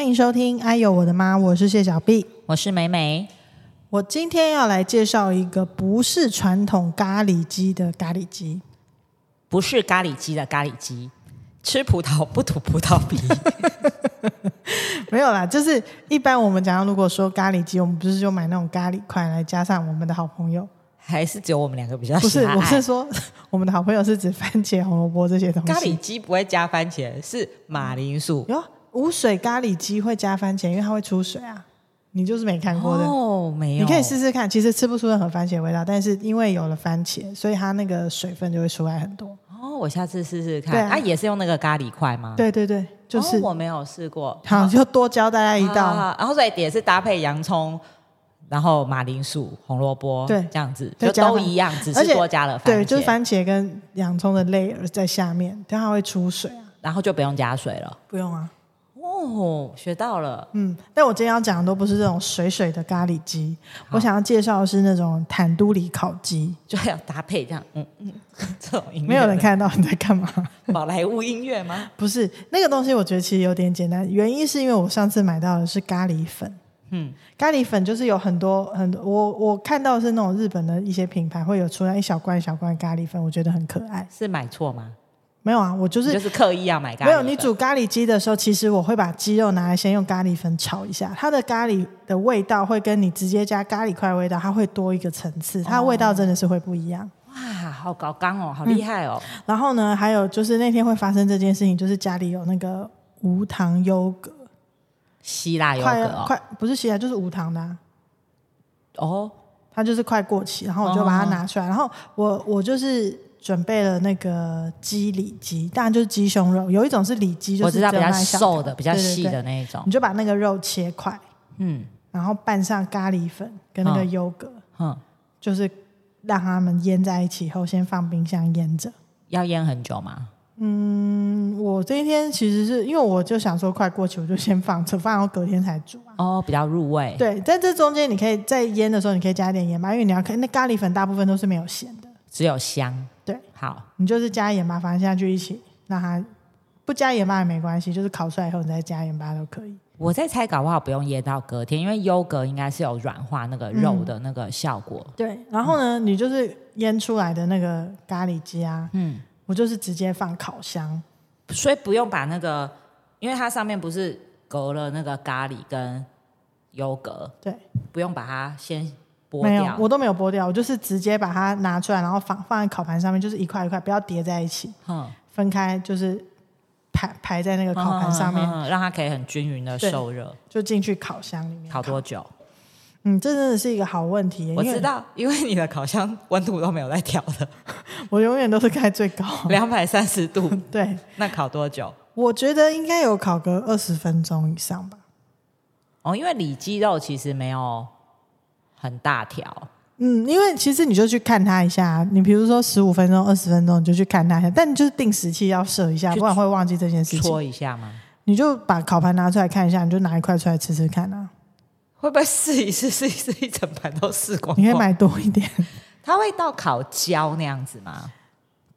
迎收听《哎呦我的妈》，我是谢小 B。我是美美。我今天要来介绍一个不是传统咖喱鸡的咖喱鸡，不是咖喱鸡的咖喱鸡，吃葡萄不吐葡萄皮。 没有啦，就是一般我们讲，如果说咖喱鸡，我们不是就买那种咖喱块来加上我们的好朋友？还是只有我们两个比较不是，啊喜爱我是说 我们的好朋友是指番茄、红萝卜这些东西。咖喱鸡不会加番茄，是马铃薯。有无水咖喱鸡会加番茄，因为它会出水啊。你就是没看过的，哦，没有，你可以试试看。其实吃不出任何番茄味道，但是因为有了番茄，所以它那个水分就会出来很多。哦，我下次试试看。对啊啊，也是用那个咖喱块吗？，哦对对对，就是、我没有试过。好，就多教大家一道。啊然后所以也是搭配洋葱，然后马铃薯、红萝卜，对这样子再就加都番一样，只而且是多加了番茄，对，就是番茄跟洋葱的 layer 在下面，但它会出水啊。然后就不用加水了。不用啊，哦，学到了。嗯，但我今天要讲的都不是这种水水的咖喱鸡，我想要介绍的是那种坦都里烤鸡。就要搭配这样，嗯嗯， 这种音乐没有人看得到你在干嘛，宝莱坞音乐吗？不是那个东西，我觉得其实有点简单。原因是因为我上次买到的是咖喱粉，嗯，咖喱粉就是有很多很多，我我看到的是那种日本的一些品牌会有出来一小罐一小罐咖喱粉，我觉得很可爱。是买错吗？没有啊，我就就是是刻意要买咖喱没粉有，你煮咖喱鸡的时候，其实我会把鸡肉拿来先用咖喱粉炒一下，它的咖喱的味道会跟你直接加咖喱块的味道，它会多一个层哦次，它的味道真的是会不一样。哇，好高刚哦，好厉害哦！然后呢，还有就是那天会发生这件事情，就是家里有那个无糖优格，希腊优快格哦，快不是稀啊，就是无糖的、啊。哦，它就是快过期，然后我就把它拿出来，然后哦我我就是准备了那个鸡里脊，当然就是鸡胸肉，有一种是里脊，就我是知道只比有较卖小瘦条的、比较对对细对的那一种你，就把那个肉切块，嗯然后拌上咖喱粉跟那个优格，哼，就是让它们腌在一起后，先放冰箱腌着。要腌很久吗？嗯，我这一天其实是因为我就想说快过期，我就先放着，放到隔天才煮啊。哦，比较入味，对，在这中间你可以在腌的时候，你可以加一点盐巴，因为你要看那咖喱粉大部分都是没有咸的。只有香。对，好，你就是加盐巴，反正下去一起让它不加盐巴也没关系，就是烤出来以后你再加盐巴都可以。我在猜，搞不好不用腌到隔天，因为优格应该是有软化那个肉的那个效果。对，然后呢，你就是腌出来的那个咖喱鸡啊，嗯，我就是直接放烤箱，所以不用把那个，因为它上面不是隔了那个咖喱跟优格，对，不用把它先剥没有掉。我都没有剥掉，我就是直接把它拿出来，然后放放在烤盘上面，就是一块一块，不要叠在一起，嗯，分开就是排排在那个烤盘上面，嗯嗯嗯让它可以很均匀的受热。就进去烤箱里面烤多久？嗯，这真的是一个好问题耶，我因为知道，因为你的烤箱温度都没有在调的，我永远都是开最 高，两百三十度，对，那烤多久？我觉得应该有烤个二十分钟以上吧。哦，因为里脊肉其实没有很大条，嗯，因为其实你就去看它一下，你比如说十五分钟、二十分钟，你就去看它一下，但你就是定时器要设一下，去不然会忘记这件事情。搓一下吗？你就把烤盘拿出来看一下，你就拿一块出来吃吃看啊。会不会试一试，试一试，一整盘都试光你可以光？买多一点 它会到烤焦那样子吗？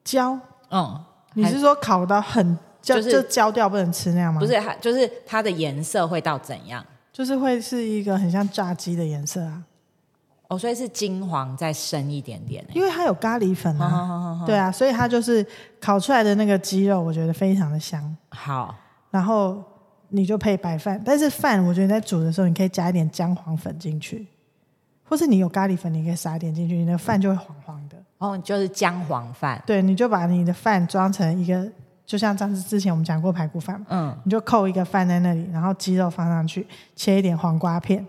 焦，嗯，你是说烤到很焦、就是就焦掉不能吃那样吗？不，是它就是它的颜色会到怎样？就是会是一个很像炸鸡的颜色啊，哦，所以是金黄再深一点点、欸。因为它有咖喱粉好啊，好好好对啊，所以它就是烤出来的那个鸡肉，我觉得非常的香。好，然后你就配白饭。但是饭，我觉得在煮的时候，你可以加一点姜黄粉进去，或是你有咖喱粉，你可以撒一点进去，你的饭就会黄黄的。哦，就是姜黄饭，对，你就把你的饭装成一个，就像上次之前我们讲过排骨饭嘛，嗯，你就扣一个饭在那里，然后鸡肉放上去，切一点黄瓜片，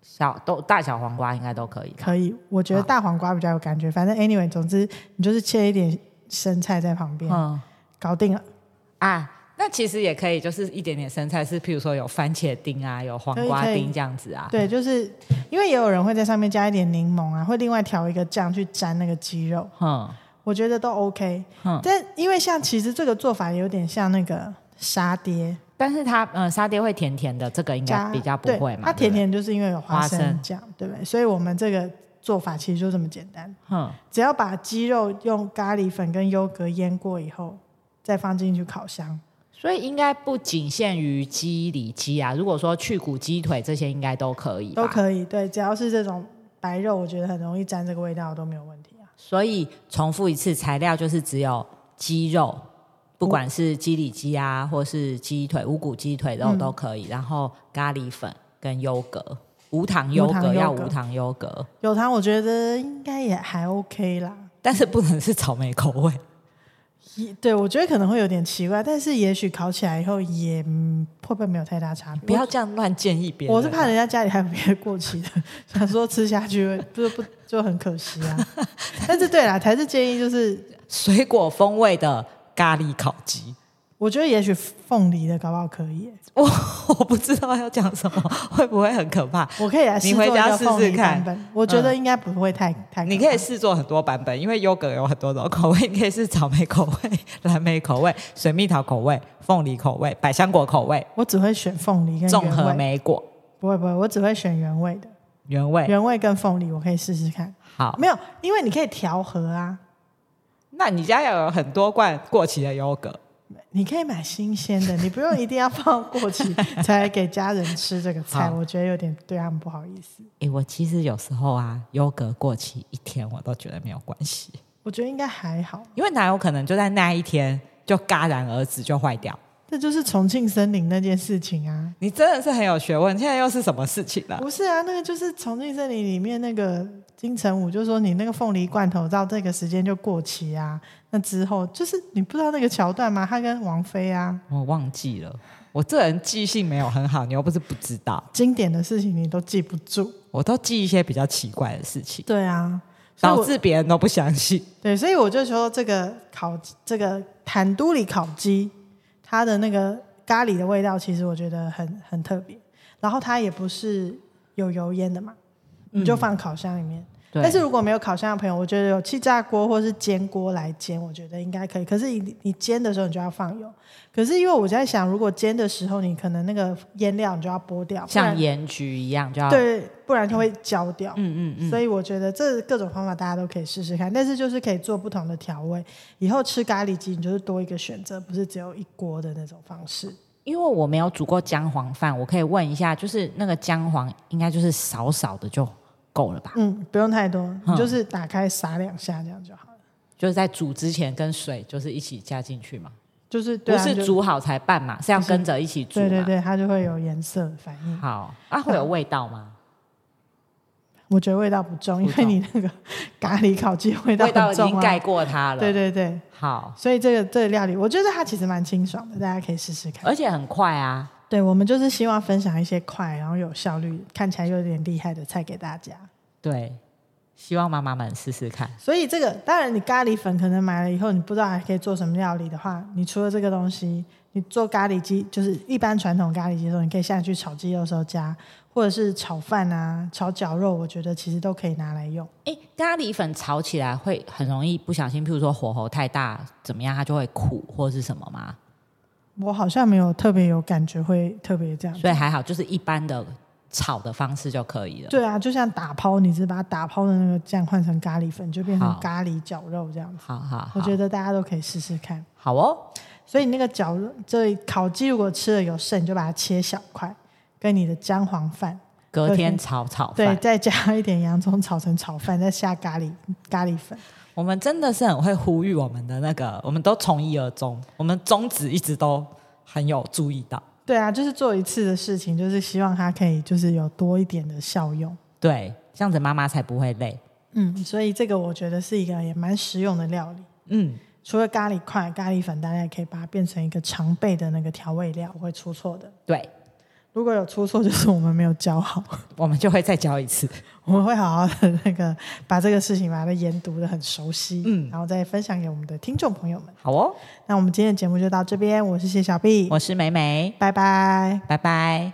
小都大小黄瓜应该都可以吧。可以。我觉得好大黄瓜比较有感觉。反正 anyway，总之你就是切一点生菜在旁边，嗯搞定了。啊，那其实也可以，就是一点点生菜，是譬如说有番茄丁啊，有黄可以瓜可以丁这样子啊。对，就是因为也有人会在上面加一点柠檬啊，会另外调一个酱去沾那个鸡肉。哼我觉得都 OK，、哼，但因为像其实这个做法有点像那个沙爹但是它呃沙爹会甜甜的，这个应加该比较不对会嘛。它甜对甜就是因为有花花生生酱，对不对？所以我们这个做法其实就这么简单，不对，哼，只要把鸡肉用咖喱粉跟优格腌过以后，再放进去烤箱，所以应该不仅限于鸡里脊啊，如果说去骨鸡腿这些应该都可以，都。可以。对，只要是这种白肉，我觉得很容易沾这个味道都没有问题啊。所以重复一次，材料就是只有鸡肉，不管是鸡里脊啊，或是鸡腿、无骨鸡腿肉嗯都可以。然后咖喱粉跟优格，无糖优无糖格优要格无糖优格，有糖我觉得应该也还 OK 啦。但是不能是草莓口味。也对，我觉得可能会有点奇怪，但是也许烤起来以后也、嗯会不会没有太大差别？不要这样乱建议别人。我是怕人家家里还有别的过期的，想说吃下去会不不就很可惜啊。但是对啦，还是建议就是，水果风味的咖喱烤鸡。我觉得也许凤梨的搞不好可以耶、我 我不知道要讲什么，会不会很可怕？我可以来试你做回一家个试凤梨试看嗯版本，我觉得应该不会太太。你可以试做很多版本，因为优格有很多种口味， 你可以是草莓口味、 蓝莓口味、水蜜桃口味、凤梨口味、百香果口味、我只会选凤梨跟综原合味，莓果不会不会，我只会选原味的，原味。原味跟凤梨我可以试试看。好，没有，因为你可以调和啊，那你家要有很多罐过期的优格，你可以买新鲜的，你不用一定要放过期 才给家人吃这个菜，好我觉得有点对他们不好意思。诶，我其实有时候啊，优格过期一天我都觉得没有关系，我觉得应该还好，因为哪有可能就在那一天就戛然而止就坏掉？这就是重庆森林那件事情啊，你真的是很有学问，现在又是什么事情了？不是啊，那个就是重庆森林里面那个金城武就说你那个凤梨罐头到这个时间就过期啊，那之后就是你不知道那个桥段吗？他跟王菲啊，我忘记了，我这人记性没有很好，你又不是不知道，经典的事情你都记不住，我都记一些比较奇怪的事情，对啊，所以导我致别人都不相信。对，所以我就说这个烤这个坦都里烤鸡，它的那个咖喱的味道，其实我觉得很很特别。然后它也不是有油烟的嘛，你就放烤箱里面。但是如果没有烤箱的朋友，我觉得有气炸锅或是煎锅来煎，我觉得应该可以。可是你你煎的时候你就要放油，可是因为我在想，如果煎的时候你可能那个腌料你就要剥掉，不像然盐焗一样，就要对，不然它会焦掉。嗯嗯嗯，所以我觉得这各种方法大家都可以试试看，但是就是可以做不同的调味。以后吃咖喱鸡，你就是多一个选择，不是只有一锅的那种方式。因为我没有煮过姜黄饭，我可以问一下，就是那个姜黄应该就是少少的就够了吧？嗯，不用太多，嗯你就是打开撒两下这样就好了。就是在煮之前跟水就是一起加进去嘛，就是对、不啊、是就煮啊好才拌嘛，是要不是跟着一起煮嘛。对对对，它就会有颜色反应。好啊，会有味道吗？我觉得味道不重，因不为重你那个咖喱烤鸡味道 味道很已经重盖啊。过它了。对对对，好，所以这个这个料理，我觉得它其实蛮清爽的，大家可以试试看。而且很快啊。对，我们就是希望分享一些快，然后有效率，看起来又有点厉害的菜给大家。对，希望妈妈们试试看。所以这个当然，你咖喱粉可能买了以后，你不知道还可以做什么料理的话，你除了这个东西，你做咖喱鸡就是一般传统咖喱鸡的时候，你可以下去炒鸡肉的时候加，或者是炒饭啊、炒绞肉，我觉得其实都可以拿来用。哎，咖喱粉炒起来会很容易不小心，譬如说火候太大，怎么样它就会苦或是什么吗？我好像没有特别有感觉会特别这样。所以还好，就是一般的炒的方式就可以了。对啊，就像打抛，你只把打抛的那个酱换成咖喱粉，就变好成咖喱绞肉这样子。好好好，我觉得大家都可以试试看。好哦。所以你那个绞肉，这烤鸡如果吃了有剩，你就把它切小块，跟你的姜黄饭。隔天炒炒对，饭，再加一点洋葱炒成炒饭，再下咖喱咖喱粉。我们真的是很会呼吁我们的那个，我们都从一而终，我们宗旨一直都很有注意到。对啊，就是做一次的事情，就是希望它可以就是有多一点的效用。对，这样子妈妈才不会累。嗯，所以这个我觉得是一个也蛮实用的料理。嗯，除了咖喱块、咖喱粉，大家也可以把它变成一个常备的那个调味料，不会出错的。对，如果有出错，就是我们没有教好， 我们就会再教一次。我们会好好的那个把这个事情把它研读的很熟悉，嗯然后再分享给我们的听众朋友们。好哦，那我们今天的节目就到这边，我是谢小毕，我是美美，拜拜。拜拜。